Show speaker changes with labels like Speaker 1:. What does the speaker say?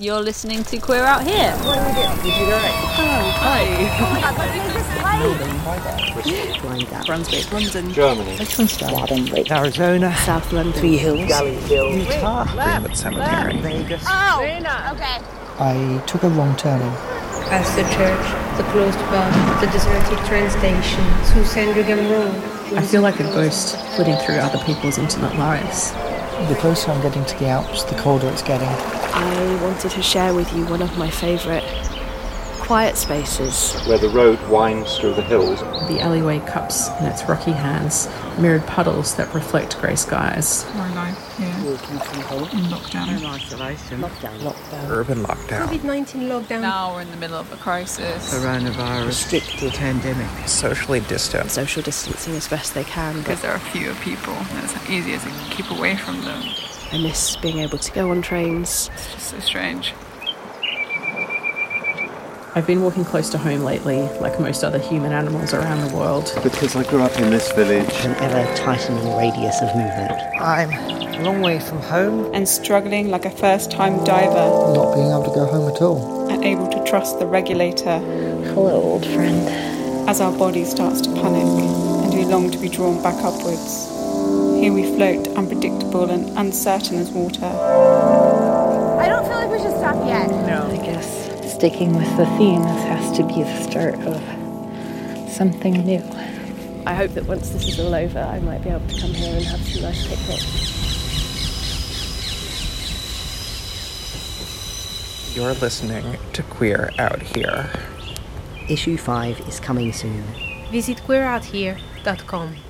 Speaker 1: You're listening to Queer Out Here.
Speaker 2: What do we do? We do the right.
Speaker 1: Hi.
Speaker 2: Oh my god, what is this place?
Speaker 1: Brunswick, London,
Speaker 3: Germany.
Speaker 4: Arizona,
Speaker 1: South London.
Speaker 2: Three hills. Gully Hill.
Speaker 4: Greenwood Cemetery.
Speaker 2: Oh! Okay.
Speaker 4: I took a long turning.
Speaker 5: past the church, the closed bar, the deserted train station, Susendrigan Road.
Speaker 6: I feel like a ghost flitting through other people's internet lives.
Speaker 4: The closer I'm getting to the Alps, the colder it's getting.
Speaker 7: I wanted to share with you one of my favourite quiet spaces.
Speaker 3: Where the road winds through the hills.
Speaker 6: The alleyway cups in its rocky hands, mirrored puddles that reflect grey skies.
Speaker 4: Urban lockdown,
Speaker 5: COVID 19 lockdown.
Speaker 8: Now we're in the middle of a crisis.
Speaker 2: Coronavirus. Restricted. Pandemic.
Speaker 4: socially distant.
Speaker 7: Social distancing as best they can, but
Speaker 8: Because there are fewer people, and it's easier to keep away from them.
Speaker 7: I miss being able to go on trains.
Speaker 8: It's just so strange.
Speaker 6: I've been walking close to home lately, like most other human animals around the world.
Speaker 9: Because I grew up in this village.
Speaker 2: An ever tightening radius of movement.
Speaker 4: I'm a long way from home,
Speaker 10: and struggling like a first time diver,
Speaker 4: not being able to go home at all.
Speaker 10: unable to trust the regulator
Speaker 7: Hello, old friend.
Speaker 10: as our body starts to panic and we long to be drawn back upwards. Here we float, unpredictable and uncertain as water.
Speaker 2: I don't feel like we should stop yet.
Speaker 11: I guess sticking with the theme, this has to be the start of something new.
Speaker 7: I hope that once this is all over, I might be able to come here and have some nice picnic.
Speaker 4: You're listening to Queer Out Here.
Speaker 2: Issue 5 is coming soon.
Speaker 5: Visit queerouthere.com.